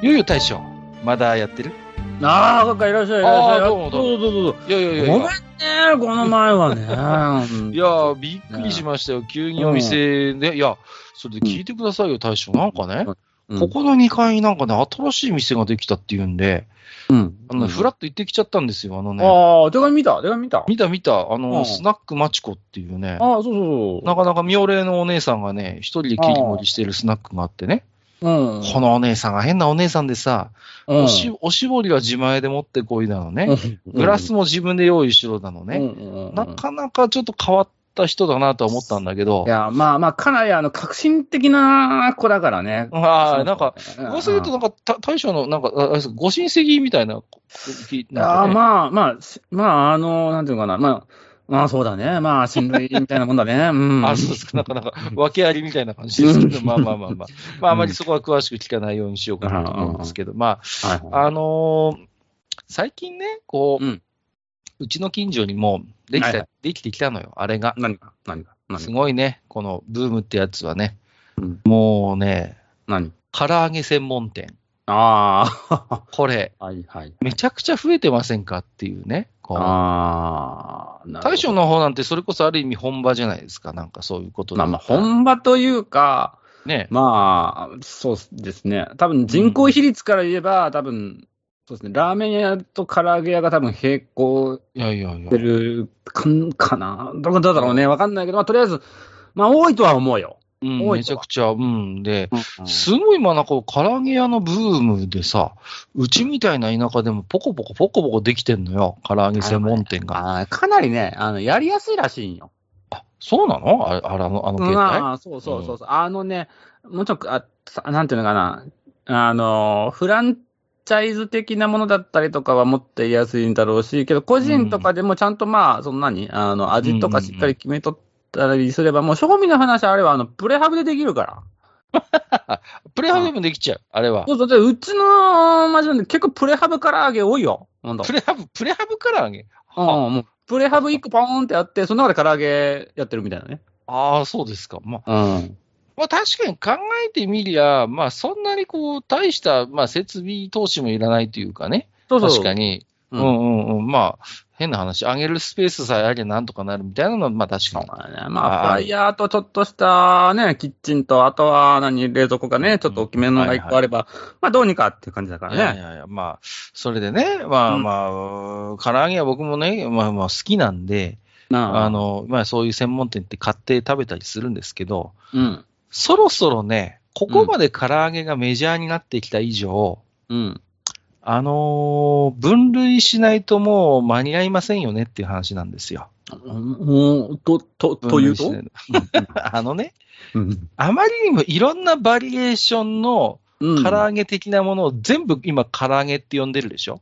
ゆうゆう大将、まだやってるああ、そっか、いらっしゃい、いらっしゃい。あーどうもどうも。どうぞどうぞ。いやいやいごやめんいねや、、この前 はね。うんいやびっくりしましたよ。急にお店で、いや、それで聞いてくださいよ、大将。なんかね、うんここの2階になんかね、新しい店ができたっていうんで、うん。あのね、うんふらっと行ってきちゃったんですよ、あのね。ああ、手紙見た手紙見たあ見た見た、あうの、んスナックマチコっていうねあ、、そうそうなかなか妙齢のお姉さんがね、一人で切り盛りしてるスナックがあってね、そう。うん。このお姉さんが変なお姉さんでさ、うん、おしおしぼりは自前で持ってこいなのね、うんグラスも自分で用意しろなのね、うんうんうんなかなかちょっと変わった人だなとは思ったんだけどい、や、まあまあ、かなりあの、革新的な子だからね。はい、なんか、うん、噂によると、なんか、た大将の、なんか、ああれですご親戚みたいな、こきあなんあ、かねまあ、まあ、しまあ、あの、なんていうのかな、まあ、まあ、そうだね。まあ、親類みたいなもんだね。う ん。あそうですか、なんか、なんか、訳ありみたいな感じですけど、まあまあまあまあ、まあ、あまりそこは詳しく聞かないようにしようかなと思うんですけど、まはいはいあ、あのー最近ね、こう、うんうちの近所にも、できはいたは、できてきたのよ、あれが。何が何が何すがごいね、このブームってやつはねうん、もうね、何唐揚げ専門店、ああ、これ、はいはい。めちゃくちゃ増えてませんかっていうね、こうああ、なるほど大将の方なんて、それこそある意味本場じゃないですか、なんかそういうことでまあまあ、本場というか、ね。まあ、そうですね。多分人口比率から言えば、多分、そうですね。ラーメン屋と唐揚げ屋が多分並行いやいやいやして。るかんかな。どうどうだろうね。わかんないけど、まあ、とりあえず、まあ、多いとは思うよ。うん、多いめちゃくちゃ、うんで、すすごい今なんかこう唐揚げ屋のブームでさ、うちみたいな田舎でもポコポコポコポコできてんのよ、唐揚げ専門店が。あーかなりね、あの、やりやすいらしいんよ。そうなのあれ、あれあの、あの携帯まあ、そうそうそうそう、あのね、もうちょっと、あさなんていうのかな、あの、フランチャイズ的なものだったりとかは持っていやすいんだろうし、けど、個人とかでもちゃんとまあ、その何、あの、味とかしっかり決めとったりすれば、もう、賞味の話、あれは、あの、プレハブでできるから。プレハブでもできちゃう、あれは。そうそう、でうちのマジで結構プレハブ唐揚げ多いよ。ほんと。プレハブ、プレハブ唐揚げうん、もう、プレハブ一個ポーンってやって、その中で唐揚げやってるみたいなね。ああ、そうですか。まあ、うん。まあ、確かに考えてみりゃ、まあ、そんなにこう、大した、まあ、設備投資もいらないというかね。そうそう。確かに。ううんんうんうん。まあ、変な話。上げるスペースさえありゃなんとかなるみたいなのは、まあ確かそうに。だね。まあ、あーフライヤーとちょっとしたね、キッチンと、あとは何、冷蔵庫がね、ちょっと大きめのが一個あれば、まあどうにかっていう感じだかいやらいね。やいや、まあ、それでね、まあうんまあ、唐揚げは僕もね、まあまあ好きなんで、なあ、の、まあそういう専門店って買って食べたりするんですけど、うん。そろそろね、ここまで唐揚げがメジャーになってきた以上、うん。あのー分類しないともう間に合いませんよねっていう話なんですよ。うん、と、と、というと分類しないあのね、うん。あまりにもいろんなバリエーションのうん唐揚げ的なものを全部今、唐揚げって呼んでるでしょ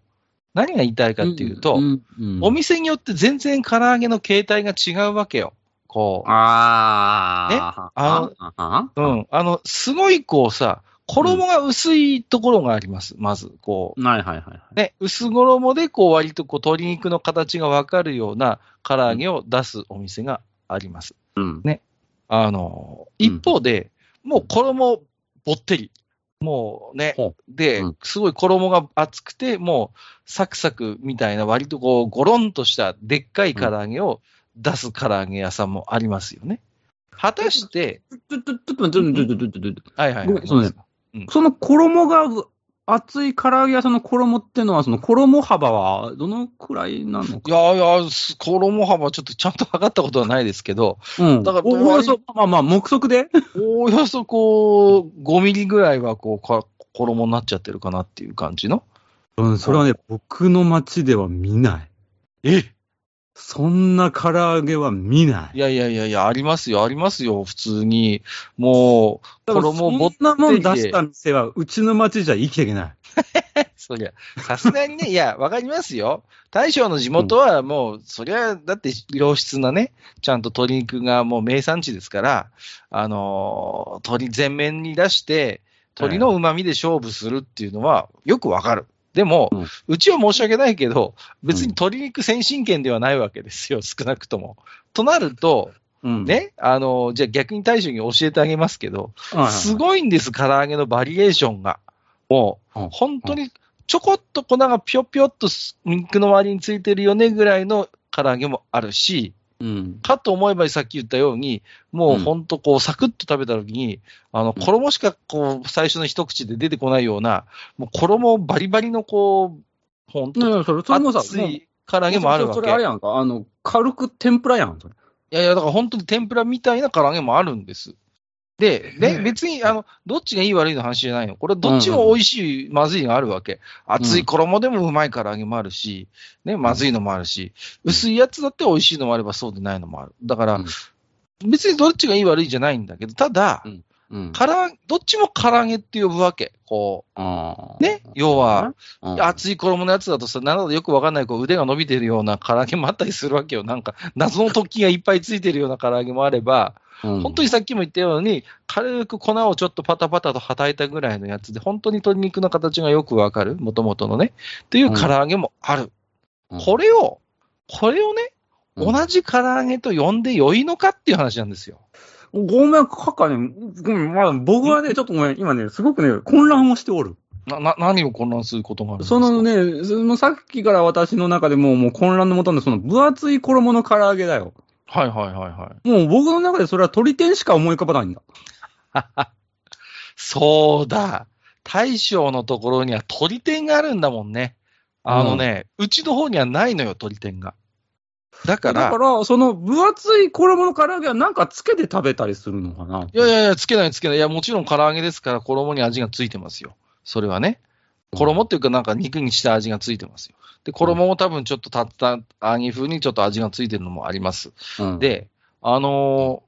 何が言いたいかっていうと、んうんお店によって全然唐揚げの形態が違うわけよ。こう、あねあ。あのああう。ん、あの、すごいこうさ、衣が薄いところがあります、まず、こう。はいはいはいはい。ね、薄衣で、こう、割とこう鶏肉の形がわかるような唐揚げを出すお店があります。うん。あの、うん一方で、もう衣ぼってり。もうねほ、でうん、すごい衣が厚くて、もうサクサクみたいな、割とこう、ゴロンとしたでっかい唐揚げを出す唐揚げ屋さんもありますよね。果たして、ちょ、ちょ、ちょっと待って、ちょ、ちょ、ちょ、ちょ、ちょ、はいはいごはめいんそうねその衣がう厚い唐揚げ屋さんの衣ってのは、その衣幅はどのくらいなのいやいや、す衣幅ちょっとちゃんと測ったことはないですけど、うん。だからおおよそ、まあまあ、目測でおおよそこう、5ミリぐらいはこう、か衣になっちゃってるかなっていう感じの。うん、それはね、僕の街では見ない。えそんな唐揚げは見ないい。やいやいやいや、ありますよ、ありますよ、普通に。もう、だから衣そをぼっんなもん出した店は、うちの町じゃ生きていけない。そりゃ、さすがにね、い や、わかりますよ。大将の地元はもう、そりゃ、だって良質なね、ちゃんと鶏肉がもう名産地ですから、あのー鶏全面に出して、鶏の旨味で勝負するっていうのは、よくわかる。でも、ううんちは申し訳ないけど、別にうん鶏肉先進権ではないわけですよ、少なくとも。となると、うん、ね、あのーじゃあ逆に大将に教えてあげますけど、はいはいはいすごいんです、唐揚げのバリエーションが。もううん、本当にちょこっと粉がぴょぴょっと肉の周りについてるよねぐらいの唐揚げもあるし、うん。かと思えばさっき言ったように、もううん本当こう、サクッと食べた時に、あの、うん衣しかこう、最初の一口で出てこないような、もう衣バリバリのこう、本いやい当やそれ、それもさ、熱い唐揚げもあるわそけ。れあれやんか、あの、軽く天ぷらやん、それ。いやいや、だから本当に天ぷらみたいな唐揚げもあるんです。で、ね、うん別に、あの、どっちがいい悪いの話じゃないの。これ、どっちも美味しい、まずいがあるわけ。熱い衣でもうまい唐揚げもあるし、ね、まずいのもあるし、薄いやつだって美味しいのもあればそうでないのもある。だから、別にどっちがいい悪いじゃないんだけど、ただ、うん。唐揚げどっちも唐揚げって呼ぶわけ。こあう、ね、要は、あ。うん熱い衣のやつだとさ、なんだかよくわかんない、こう腕が伸びてるような唐揚げもあったりするわけよ。なんか、謎の突起がいっぱいついてるような唐揚げもあれば、うん本当にさっきも言ったように、軽く粉をちょっとパタパタとはたいたぐらいのやつで、本当に鶏肉の形がよくわかる、もともとのね、っていう唐揚げもある。うんこれを、これをね、うん同じ唐揚げと呼んでよいのかっていう話なんですよ。ごめん、かかね、ごめん、まあ、僕はね、ちょっとごめん、今ね、すごくね、混乱をしておる。な、な、何を混乱することがあるんですかその、ね、そのさっきから私の中でもう、もう混乱のもとの、その分厚い衣の唐揚げだよ。はいはいはいはい。もう僕の中でそれは鳥天しか思い浮かばないんだ。そうだ。大将のところには鳥天があるんだもんね。あのね、うちの方にはないのよ、鳥天が。だからだか、ら、その分厚い衣の唐揚げはなんかつけて食べたりするのかないやいやいや、つけないつけない。いや、もちろん唐揚げですから、衣に味がついてますよ。それはね。衣っていうか、なんか肉にした味がついてますよ。で、衣も多分ちょっとたった揚げ風にちょっと味がついてるのもあります。うん、で、あの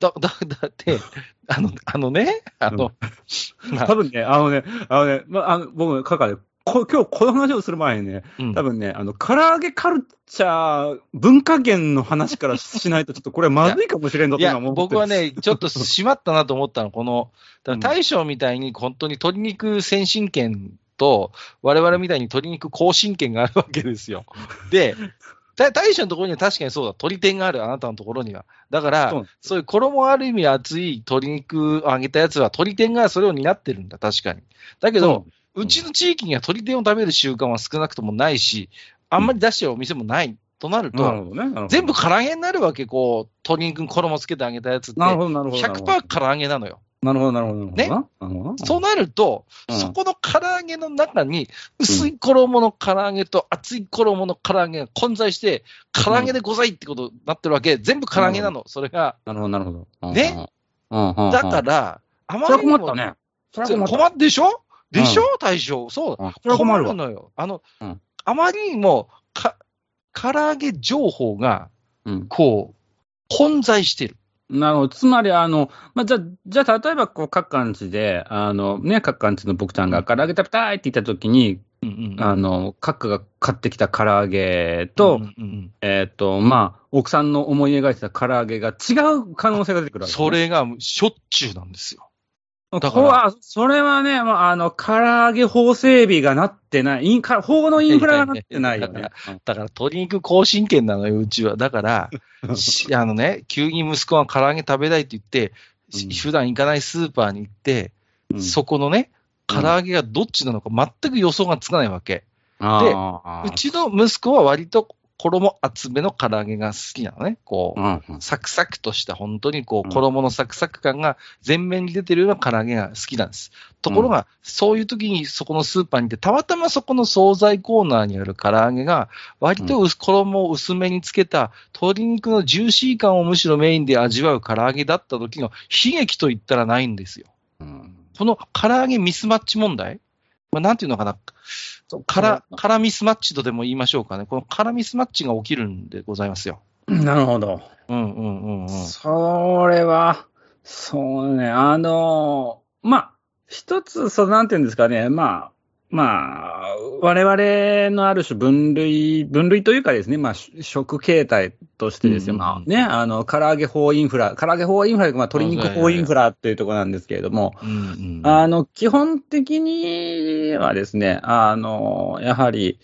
ーだ、だ、だ って、あの、あのね、あの、ま多あ分ね、あのね、あのね、まあ、あの僕、かかね、こ今日この話をする前にね、うん多分ね、あの、唐揚げカルチャー、文化圏の話からしないと、ちょっとこれまずいかもしれんぞいと今や、思って僕はる、 ね、ちょっとしまったなと思ったの、この、だから大将みたいに本当に鶏肉先進権と、我々みたいに鶏肉後進権があるわけですよ。で、だ大将のところには確かにそうだ、鶏天がある、あなたのところには。だから、そそううなんいう衣ある意味厚い鶏肉を揚げたやつは、鶏天がそれを担ってるんだ、確かに。だけど、ううちの地域には鶏天を食べる習慣は少なくともないし、あんまり出してるお店もないとなると、なるほどね。なるほど全部、唐揚げになるわけ、こう、鶏肉に衣つけてあげたやつって、なるほど、なるほど。 100%唐揚げなのよ。なるほど、なるほど。ねなるほどなるほど。そうなると、うんそこの唐揚げの中に、薄い衣の唐揚げと厚い衣の唐揚げが混在して、唐揚げでございってことになってるわけ、全部唐揚げなの、それが。なるほど、なるほど。ねうん。うん。、だからら、あまそれはりに困もったね。それは困困っった。たでしょでしょ、大将。そう。うんそれは困るわ。のよ。あの、うんあまりにも、か、唐揚げ情報が、うん。こう、混在してる。なるほど。つまり、あの、まあ、じゃあ、じゃあ、例えば、こう、各館地で、あの、ね、各館地の僕ちゃんが唐揚げ食べたいって言ったときに、うんうんうんあの、各が買ってきた唐揚げと、うんうんうんえっ、と、まあ、奥さんの思い描いてた唐揚げが違う可能性が出てくるわけ、そ、れがしょっちゅうなんですよ。だだかからら、それはね、まあ、あの、唐揚げ法整備がなってない、インか法のインフラがなってないよいやいねや。 だから鶏肉更新権なのよ、うちは。だ から、しあのね、急に息子が唐揚げ食べたいって言って、しうん普段行かないスーパーに行って、うんそこのね、うん唐揚げがどっちなのか全く予想がつかないわけ。あうーちの息子は割と衣厚めの唐揚げが好きなのね。こう、うんうんサクサクとした、本当にこうう、ん衣のサクサク感が全面に出てるような唐揚げが好きなんです。ところが、そういう時にそこのスーパーに行って、たまたまそこの惣菜コーナーにある唐揚げが、割と薄衣を薄めにつけた、鶏肉のジューシー感をむしろメインで味わう唐揚げだった時の悲劇と言ったらないんですよ。うんこの唐揚げミスマッチ問題まあ、なんていうのかな、から、からミスマッチとでも言いましょうかね。このからミスマッチが起きるんでございますよ。なるほど。うんうんうんうん。それは、そうね、あの、まあ、一つ、そう、なんていうんですかね、まあ、まあ、我々のある種分類、分類というかですね、まあ、し食形態としてですよ、うんうんうんまあね、あの、唐揚げ法インフラ、唐揚げ法インフラ、まあ、鶏肉法インフラっていうところなんですけれども、うんうん、あの、基本的にはですね、あの、やはり、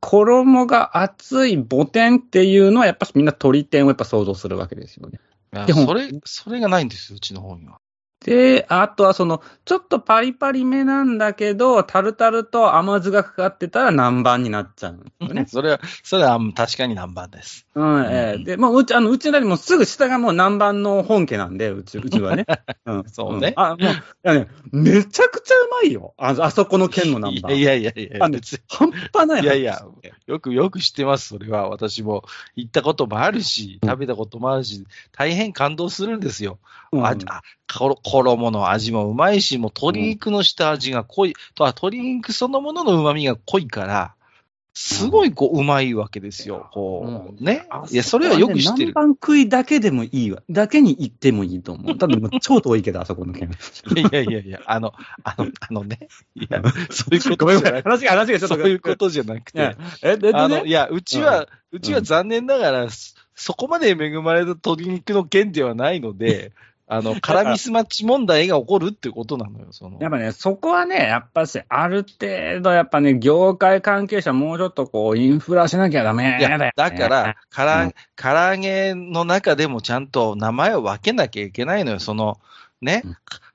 衣が厚い母天っていうのは、やっぱみんな鳥天をやっぱ想像するわけですよね。いや基本それ、それがないんですよ、うちの方には。。で、あとはその、ちょっとパリパリめなんだけど、タルタルと甘酢がかかってたら南蛮になっちゃうんですよね それは、それはうん確かに南蛮です。うん、ええで、まあ、うち、あの、うちなりもすぐ下がもう南蛮の本家なんで、う ち、うちはね。うん、そうねんあ、もう、いやね、めちゃくちゃうまいよ。あ、あそこの県の南い蛮。やいやいやいや、あの別に半端ない話いやいやよくよく知ってます、それは。私も行ったこともあるし、食べたこともあるし、大変感動するんですよ。うんああころ衣の味もうまいし、もう鶏肉の下味が濃い、とは鶏肉そのものの旨味が濃いから、すごいこう、うまいわけですよ。こう、ね。いや、それはよく知ってる。南蛮食いだけでもいいわ。だけに行ってもいいと思う。ただ、もう超遠いけど、あそこの 県。いやいやいや、あの、あの、あのね。いや、そういうごこめとじんごゃめん。なく話が、話 がちょっと。そういうことじゃなくいやて。え、で、であねの、いや、うちは、うちは残念ながら、そそこまで恵まれた鶏肉の件ではないの で、あの、から絡みスマッチ問題が起こるってことなのよ、その。やっぱね、そこはね、やっぱし、ある程度、やっぱね、業界関係者、もうちょっとこう、インフラしなきゃダメいだよ、や、ね。だから、、から、うんから揚げの中でもちゃんと名前を分けなきゃいけないのよ、その、ね、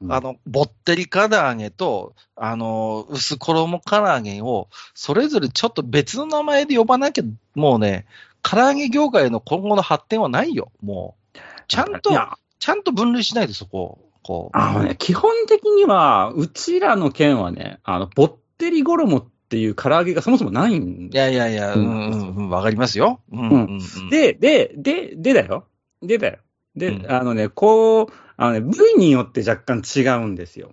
あの、ぼってり唐揚げと、あの、薄衣唐揚げを、それぞれちょっと別の名前で呼ばなきゃ、もうね、唐揚げ業界の今後の発展はないよ、もう。ちゃんとい、やちゃんと分類しないで、そこを。こう。あのね、基本的には、うちらの県はね、あの、ぼってり衣っていう唐揚げがそもそもないんいやいやいや、ううんんうんうん、わかりますよ。うんうんうん。で、で、で、でだよ。でだよ。で、うんあのね、こう、あのね、部位によって若干違うんですよ。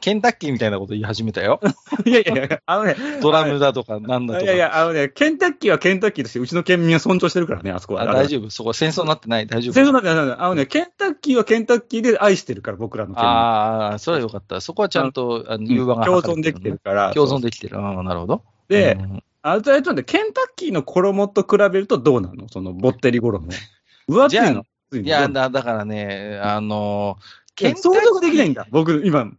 ケンタッキーみたいなこと 言い始めたよ。いやいやいや、あのね、ドラムだとか、なんだといか。やいや、あのね、ケンタッキーはケンタッキーとして、うちの県民は尊重してるからね、あそこは。あ大丈夫、そこ戦争になってない、大丈夫。全然なんだよなんだよあのね、ケンタッキーはケンタッキーで愛してるから、僕らの県民。ああ、それはよかった。そこはちゃんとあの融和が共図れ存できてる。から。共存で。できてる。ああ、なるほど。でう、んあとあれちょっとね、ケンタッキーの衣と比べるとどうなのその、ぼってり衣。分厚じいゃの薄いのいやどうなのだ、だからね、あの、いや想像ができないんだ、僕、今。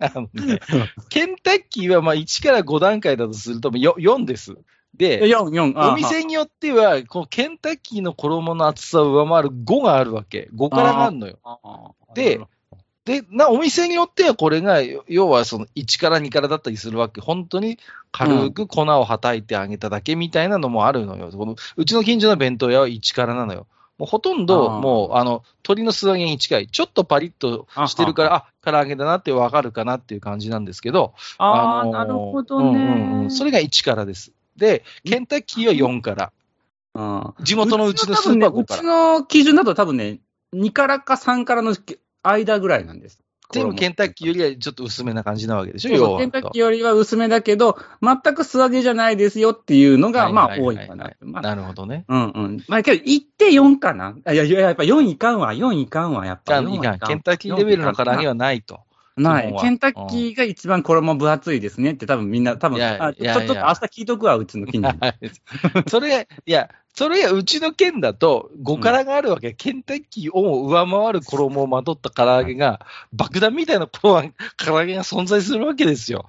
あのねケンタッキーはまあ1から5段階だとすると、よ4です。で、 4、4、あお店によっては、このケンタッキーの衣の厚さを上回る5があるわけ。5からがあるのよ。ああでで、な、お店によってはこれが、よ要はその1から2からだったりするわけ。本当に軽く粉をはたいてあげただけみたいなのもあるのよ。このうちの近所の弁当屋は1からなのよ。もうほとんど、あーもう、あの、鶏の素揚げに近い。ちょっとパリッとしてるから、あ、唐揚げだなってわかるかなっていう感じなんですけど、ああ、のーなるほどね。うんうんうんそれが1からです。で、ケンタッキーは4から。うん地元のうちのスーパー5からうち。の基準だと多分ね、2からか3からの間ぐらいなんです。全部ケンタッキーよりりはちょっと薄めな感じなわけでしょ、そうそうケンタッキーよりは薄めだけど、全く素揚げじゃないですよっていうのが、まあ、多いかな。まあなるほどね。うんうん。まあ、けど、行って4かな。あいや、いや、やっぱ4いかんわ、4いかんわ、やっじゃぱ。あ、 4いはいかん。ケンタッキーレベルの唐揚げはないと。な基い本。はケンタッキーが一番衣分厚いですねって、多分みんな、多分いやあいちょやちょっとい明や日聞いとくわ、うちの近 所に。それ、いや、それやうちの県だと5からがあるわけ。ケンタッキーを上回る衣をまとった唐揚げが、爆弾みたいな唐揚げが存在するわけですよ。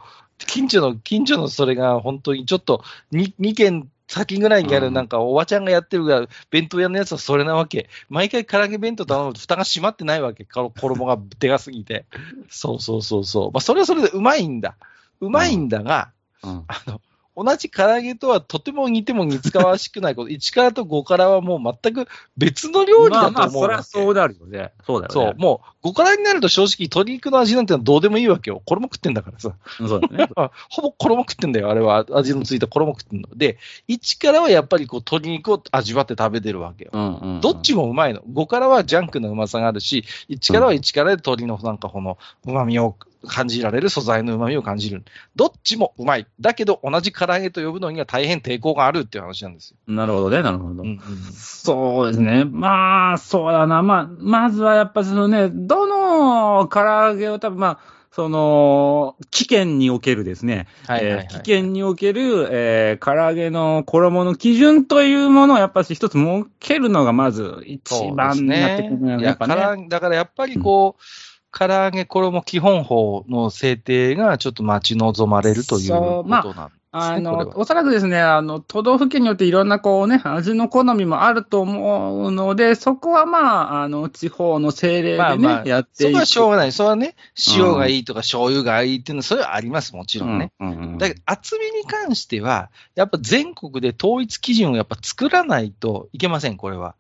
近所の、近所のそれが本当にちょっと 2, 2軒先ぐらいにあるうんなんかおばちゃんがやってるが、弁当屋のやつはそれなわけ。毎回唐揚げ弁当頼むと蓋が閉まってないわけ。この衣がでかすぎて。そうそうそうそう。まあそれはそれでうまいんだ。うまいんだが、うんあの、同じ唐揚げとはとても似ても似つかわしくないこと、1からと5からはもう全く別の料理まだあまあ、と思そうりわゃけ。そうなるよね。そうだよね。そう、もう5からになると正直鶏肉の味なんてのはどうでもいいわけよ。衣食ってんだから さ。うんそうだね。あほぼ衣食ってんだよ、あれは。味のついた衣食ってんの。で、1からはやっぱりこう鶏肉を味わって食べてるわけよ。うんうんうんどっちもうまいの。5からはジャンクのうまさがあるし、1からは1からで鶏のなんかこの旨味を感じられる素材の旨味を感じる。どっちもうまい。だけど同じ唐揚げと呼ぶのには大変抵抗があるっていう話なんですよ。なるほどね、なるほど。うんうんそうですね。まあ、そうだな。まあ、まずはやっぱそのね、どの唐揚げを多分まあ、その、危険におけるですね。はいはいはいえー危険における、えー唐揚げの衣の基準というものをやっぱし一つ設けるのがまず一番になってくるのがいやや、っぱ唐ね。揚げだからやっぱりこう、唐揚げ衣基本法の制定がちょっと待ち望まれるというそこうとまなあんですね。あこれの、はおそらくですね、あの、都道府県によっていろんなこうね、味の好みもあると思うので、そこはまあ、あの、地方の政令でね、まあまあやっそていく。こはしょうがない。それはね、塩がいいとか醤油がいいっていうのは、それはあります、もちろんね。うんうんうんだけど、厚みに関しては、やっぱ全国で統一基準をやっぱ作らないといけません、これは。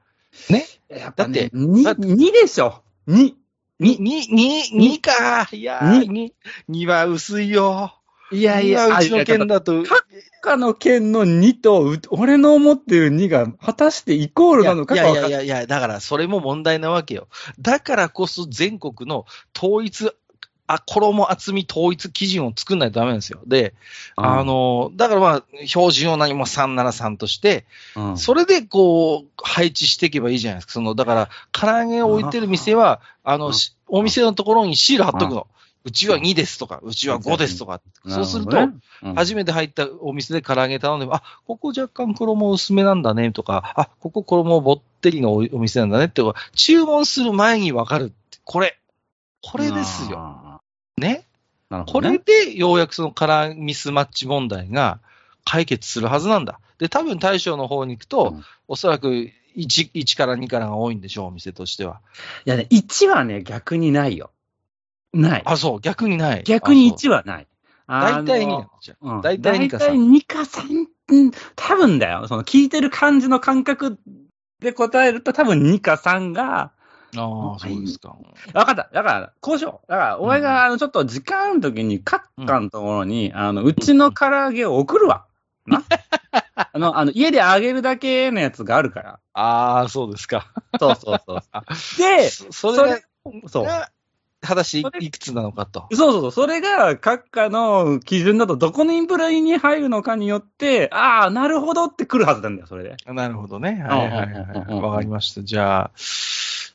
ねやっだぱって、ねにだってにでしょ。にに、に、に、にか。いやー、にに、には薄いよ。いいやいや、うちの県だ。だと。か他の県の2と、う俺の思ってる2が果たしてイコールいやないのかがわかんやいやいや、だからそれも問題なわけよ。だからこそ全国の統一、あ、衣厚み統一基準を作んないとダメなんですよ。で、あ、の、だからまあ、標準を何も373として、うんそれでこう、配置していけばいいじゃないですか。その、だから、唐揚げを置いてる店は、あうのん、しお店のところにシール貼っとくの。うちは2ですとか、うちは5ですとか。そうすると、、初めて入ったお店で唐揚げ頼んでも、あ、ここ若干衣薄めなんだねとか、あ、ここ衣ぼってりのおお店なんだねって、注文する前にわかるって、これ。ここれですよ。よ。ね。なるほこどれねでようやくそのカラーミスマッチ問題が解決するはずなんだ。で、多分大将の方に行くと、うんおそらく 1, 1から2からが多いんでしょう、お店としては。いやね、1はね、逆にないよ。ない。あ、そう、逆にない。逆にあそう1はない。あ大の体2なのじゃあうん大体二か三大体2か3。うん多分だよ。その聞いてる感じの感覚で答えると多分2か3が、あー、そうですか。わかった。だから、交渉。だから、お前うんが、あの、ちょっと時間の時に、カッカのところに、あの、うちの唐揚げを送るわ。な あの、あの、家で揚げるだけのやつがあるから。ああ、そうですか。そうそうそう。 で、そそそれれがそう。が、果たしそれいくつなのかと。そうそうそう。それが、閣下の基準だと、どこのインプラに入るのかによって、ああ、なるほどって来るはずなんだよ、それで。なるほどね。はいはいうんうんうんはうんい。わかりました。じゃあ、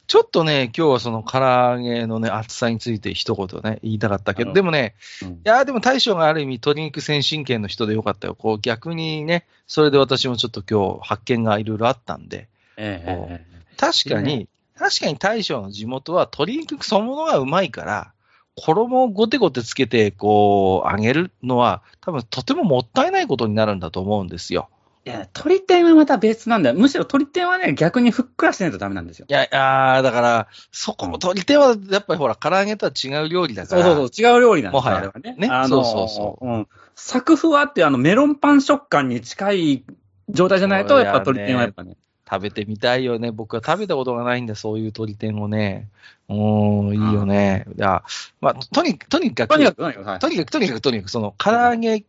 ちょっとね、今日はその唐揚げのね、厚さについて一言ね、言いたかったけうど、んでもね、うんいやーでも大将がある意味鶏肉先進権の人でよかったよ。こう逆にね、それで私もちょっと今日発見がいろいろあったんで、ええ確かいいに、確かに大将の地元は鶏肉そのものがうまいから、衣をゴテゴテつけて、こう、揚げるのは、多分とてももったいないことになるんだと思うんですよ。いや、鳥天はまた別なんだよ。むしろ鳥天はね、逆にふっくらしないとダメなんですよ。いや、あーだから、そこも鶏天は、やっぱりほら、唐揚げとは違う料理だかそうら。そうそう、違う料理なんですもはよ、やあれはね。ねあの。そうそうそうん。サクフワっていうあのメロンパン食感に近い状態じゃないと、そうやっぱやね鳥天はやっぱね。食べてみたいよね。僕は食べたことがないんだ、そういう鶏天をね。うーん、いいよね。いや、まあ、とに、とにかく、とにかく、とにかく、はいとにかく、とにかく、とにかくその、唐揚げ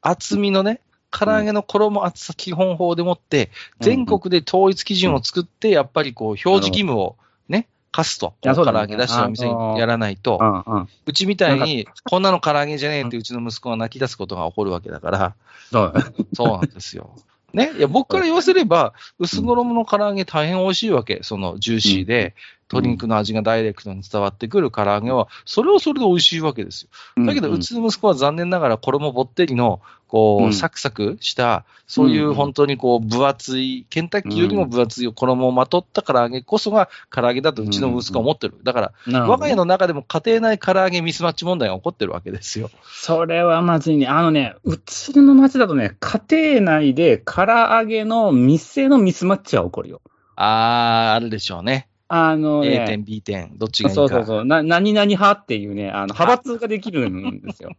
厚みのね、唐揚げの衣厚さ基本法でもって、全国で統一基準を作って、やっぱりこう、表示義務をね、課すと。いやそうだ唐ね揚げ出してるお店あのにーやらないと。うんうん。うちみたいに、こんなの唐揚げじゃねえってうちの息子が泣き出すことが起こるわけだから、そう。そうなんですよ。ね、いや僕から言わせれば、薄衣の唐揚げ大変美味しいわけ。そのジューシーで、鶏肉の味がダイレクトに伝わってくる唐揚げは、それはそれで美味しいわけですよ。だけど、うちの息子は残念ながら、衣ぼってりの、こうんう、サクサクした、そういうんう本当にこう、分厚い、ケンタッキーよりも分厚い衣をまとった唐揚げこそが唐揚げだとうちの息子は思ってる。だから、うん、なるほ我どが家の中でも家庭内唐揚げミスマッチ問題が起こってるわけですよ。それはまずいね。あのね、うちの町だとね、家庭内で唐揚げの店のミスマッチは起こるよ。あー、あるでしょうね。あの A ね、点、B 点、どっちがいいか。そうそうそう、な何々派っていうね、あの派閥ができるんですよ。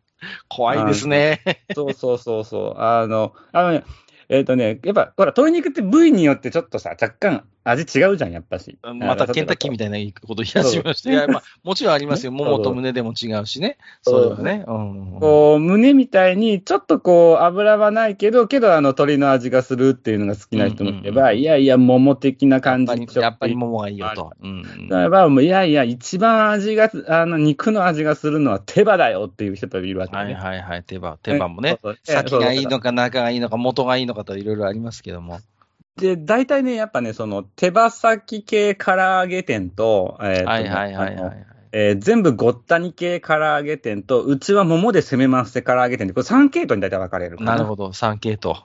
怖いですね。そうそうそうそう。あの、あのね、えっ、とね、やっぱ、ほら、鶏肉って部位によってちょっとさ、若干味違うじゃん、やっぱし。またケンタッキーみたたいなこと言い出しました。いや、まあ、もちろんありますよ。ね桃と胸でも違うしね。それはね。うん。こう、胸みたいに、ちょっとこう、油はないけど、けど、あの、鶏の味がするっていうのが好きな人もいれば、うんうんういやいや、桃的な感やじっぱりに、やっぱり桃がいいよと。うんだからもう、いやいや、一番味が、あの、肉の味がするのは手羽だよっていう人もいるわけね。はいはいはい。手羽、手羽もね。そうそう先がいいのか、中がいいのか、元がいいのかといろいろありますけども。で、大体ね、やっぱね、その、手羽先系唐揚げ店と、えーとはいはいはいあはのい。えー全部ごったに系唐揚げ店と、うちは桃で攻めますって唐揚げ店で、これ3系統に大体分かれるかなるほど、3系統。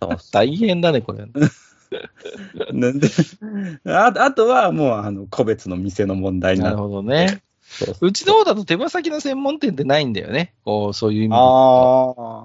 ど。大変だね、これ。なんで、 ああとはもう、あの、個別の店の問題にななるる。ほどね。そううちの方だと手羽先の専門店ってないんだよね。こう、そういう意味で。ああ。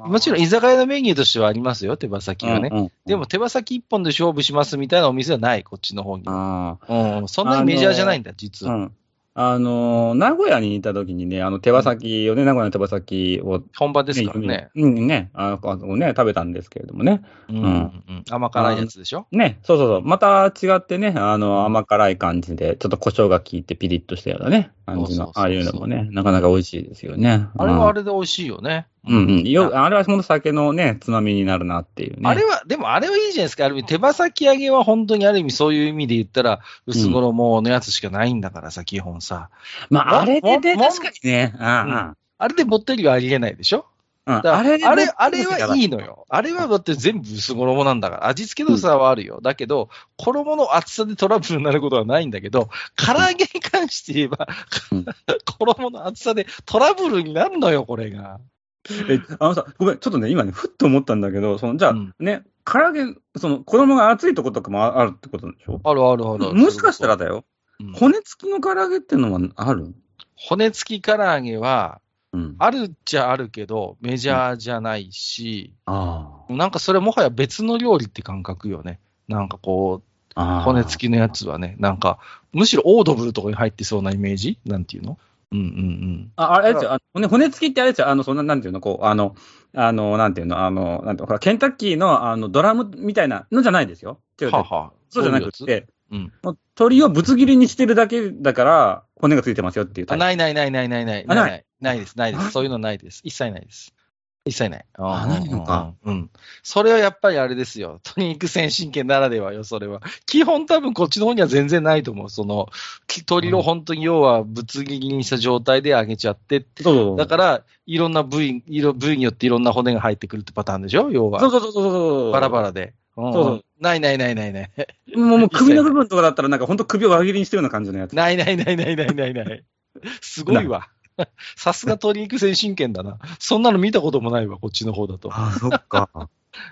もちろん居酒屋のメニューとしてはありますよ、手羽先はね。うんうんでも、手羽先一本で勝負しますみたいなお店はない、こっちの方に。あうん、そんなにメジャーじゃないんだ、ー実うは。ん。あのー、名古屋にいた時にね、あの、手羽先をね、名古屋の手羽先を、本場ですからね。うん、ね、あの、あのね、食べたんですけれどもね。うんんうん甘辛いやつでしょね、そうそうそう。また違ってね、あの、甘辛い感じで、ちょっと胡椒が効いてピリッとしたようなね、感じそうそうそうの、そうああいうのもね、なかなか美味しいですよね。あれはあれれで美味しいよね。うんうん。あよ、あれは本当酒のね、つまみになるなっていうね。あれは、でもあれはいいじゃないですか。ある意味、手羽先揚げは本当にある意味、そういう意味で言ったら、薄衣のやつしかないんだからさ、基本さ。まあ、あれでね、もも確かにね。ああれでぼってりはありえないでしょあ、うだんからあれでねあれ、あれはいい。いのよ。あれはだって全部薄衣なんだから、味付けの差はあるよ。だけど、衣の厚さでトラブルになることはないんだけど、唐揚げに関して言えばうん 衣の厚さでトラブルになるのよ、これが。えあのさ、ごめん、ちょっとね、今ね、ふっと思ったんだけど、その、じゃあ、うんね、唐揚げ、その、子供が熱いとことかもああるってことでしょあるあるある。もしかしたらだよ、うん、骨付きの唐揚げっていうのはある骨付き唐揚げは、うん。ああるっちゃあるけど、メジャーじゃないし、あ。なんかそれもはや別の料理って感覚よね。なんかこう、ああ骨付きのやつはね、なんか、むしろオードブルとかに入ってそうなイメージなんていうのうんうんうん。ああれですよ、あの骨骨付きってあれですよ、あの、そんな、なんていうの、こう、あの、あの、なんていうの、あの、なんていうの、ほら、ケンタッキーの、あの、ドラムみたいなのじゃないですよ。違う違うはあはあそうじゃなくどういうやつて、うんもう鳥をぶつ切りにしてるだけだから、骨がついてますよっていうタあイプ。ないないないないないない。あなないいないないです、ないです。そういうのないです。一切ないです。一切ない。あうんないのか。うんうん。それはやっぱりあれですよ。鶏肉先進権ならではよ、それは。基本多分こっちの方には全然ないと思う。その、き鶏を本当に要はぶつ切りにした状態で揚げちゃってって。そうそうそう。だから、いろんな部位、いろ部位によっていろんな骨が入ってくるってパターンでしょ要そうは。そうそうそうそう。バラバラで。うんそうそうないないないないない。ラ。もう、もう首の部分とかだったら、なんか本当首を輪切りにしてるような感じのやつ。ないないないないないないない。すごいわ。 さすが鶏肉先進権だな。そんなの見たこともないわ、こっちの方だと。ああ、そっか。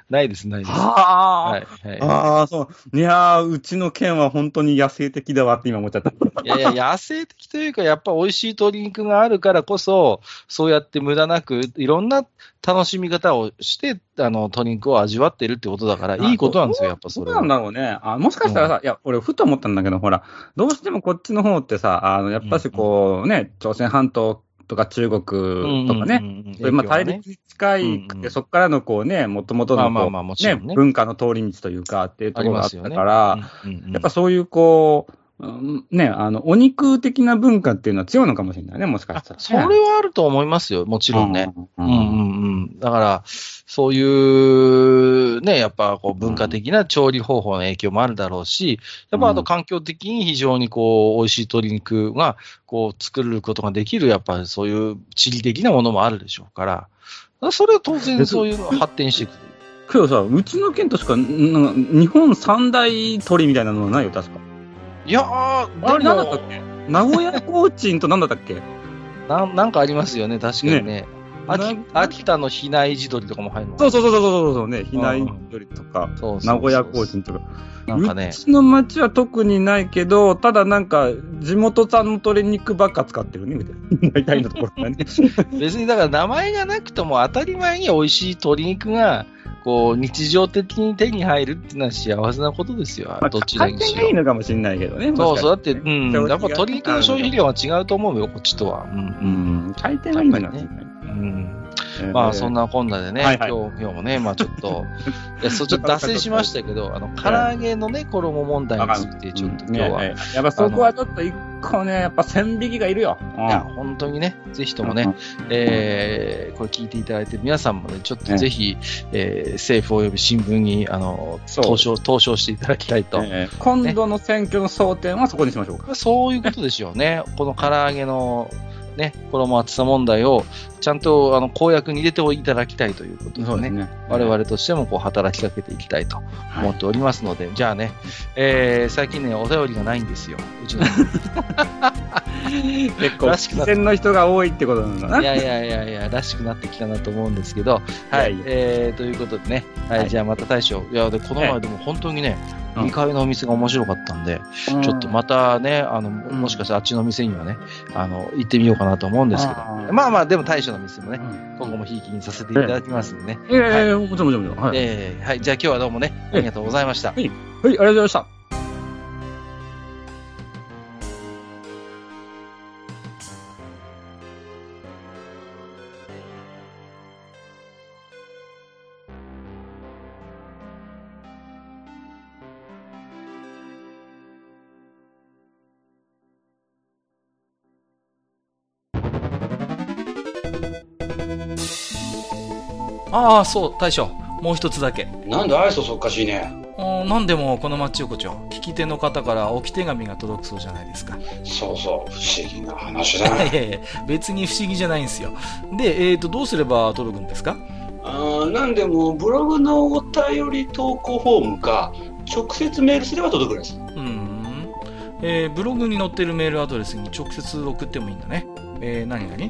ないです、ないです。はあ、い、はああ、そう。いやー、うちの県は本当に野生的だわって今思っちゃった。い。いやいや、野生的というか、やっぱ美味しい鶏肉があるからこそ、そうやって無駄なく、いろんな楽しみ方をして、あの、鶏肉を味わってるってことだから、いいことなんですよ、やっぱそそうれなんは。だろうね。あ、もしかしたらさ、いや、俺、ふと思ったんだけど、ほら、どうしてもこっちの方ってさ、あの、やっぱしこう、ね、朝鮮半島とか中国とかねね、そういうまあ大陸に近いくて、うんうんそこからのこうね、もともとのまこあう、まあまあ、もちねろんね。文化の通り道というかっていうところがあったかありら、うんうんうんやっぱそういうこう、うんね、あの、お肉的な文化っていうのは強いのかもしれないね、もしかしたらね、それはあると思いますよ、もちろんね。う。うんんうんうん。だから、そういう、ね、やっぱこう文化的な調理方法の影響もあるだろうし、やっぱあうとん環境的に非常にこう、美味しい鶏肉が、こう、作ることができる、やっぱそういう地理的なものもあるでしょうから、それは当然でそういうのが発展していくる。けどさ、うちの県としか、なんか日本三大鳥みたいなのはないよ、確か。いやー、あれ、でなんだっもたっけ名古屋コーチンとなんだったっけなん、なんかありますよね、確かにね。秋な秋田の比内地鶏とかも入るのそうそうそうそうそうそうね、比内よりとか、そうそう名古屋コーチンとか。なんかねう、ちの町は特にないけど、ただなんか、地元産の鶏肉ばっか使ってるね、み たいな。大体のところがね。別にだから名前がなくとも当たり前に美味しい鶏肉が、こう、日常的に手に入るっていうのは幸せなことですよ。まあどちらに勝し手がいいろ。のかもしれないけどね。そうそう、だもしかっ、してたらうねん、やっぱ鶏肉の消費。量は違うと思うよ、こっちゃ違うと思うよこっちとは。うん、うん、回転がいいのかもしれない。うん。まあそんな。なこんなでね、はいはい今日今日もね、まあちょっ と、いやそうちょっと脱線しましたけど、あの唐揚げのね、衣問題について、ちょっと今日は、いねねやっぱそこはちょっと一個ね、やっぱ線引きがいるよ。うんや、本当にね、ぜひともうねん、えーこれ聞いていただいてる皆さんもね、ちょっとぜひ、えー政府および新聞に、あの、そう投書、投書していただきたいと。えー今度の選挙の争点はそこにしましょうか。そういうことでしょうね。 この唐揚げの、ね、衣厚さ問題を、ちゃんと、あの、公約に入れていただきたいということですね。ね。我々としても、こう、働きかけていきたいとは思っい。ておりますので、じゃあね、えー最近ね、お便りがないんですよ。うちの。結構、らしくな視線の人が多いってことなんだいな。やいやいやいや、らしくなってきたなと思うんですけど、はい、いやいやえーということでね、はい、はいじゃあまた大将、いや、で、このは前いでも本当にね、うん2階のお店が面白かったんで、ちちょっとまたね、あの、んもしかしたらあっちの店にはね、あの、行ってみようかなと思うんですけど、あーまあまあ、でも大将の店もてね、今後もひいきにさせていただきますんでね。いやいや、もちろんもちろんもちろん。はい。はい、えーはい、じゃあ今日はどうもね、ありがとうございました。ありがとうございました。ああ、そう、大将。もう一つだけ。なんで愛想そっかしいね。なんでもこのマッチ横丁、聞き手の方から置き手紙が届くそうじゃないですか。そうそう、不思議な話だ。いやいや別に不思議じゃないんですよ。で、えっ、と、どうすれば届くんですかあーなんでも、ブログのお便り投稿フォームか、直接メールすれば届くんです。うーん、えーブログに載ってるメールアドレスに直接送ってもいいんだね。えー、何何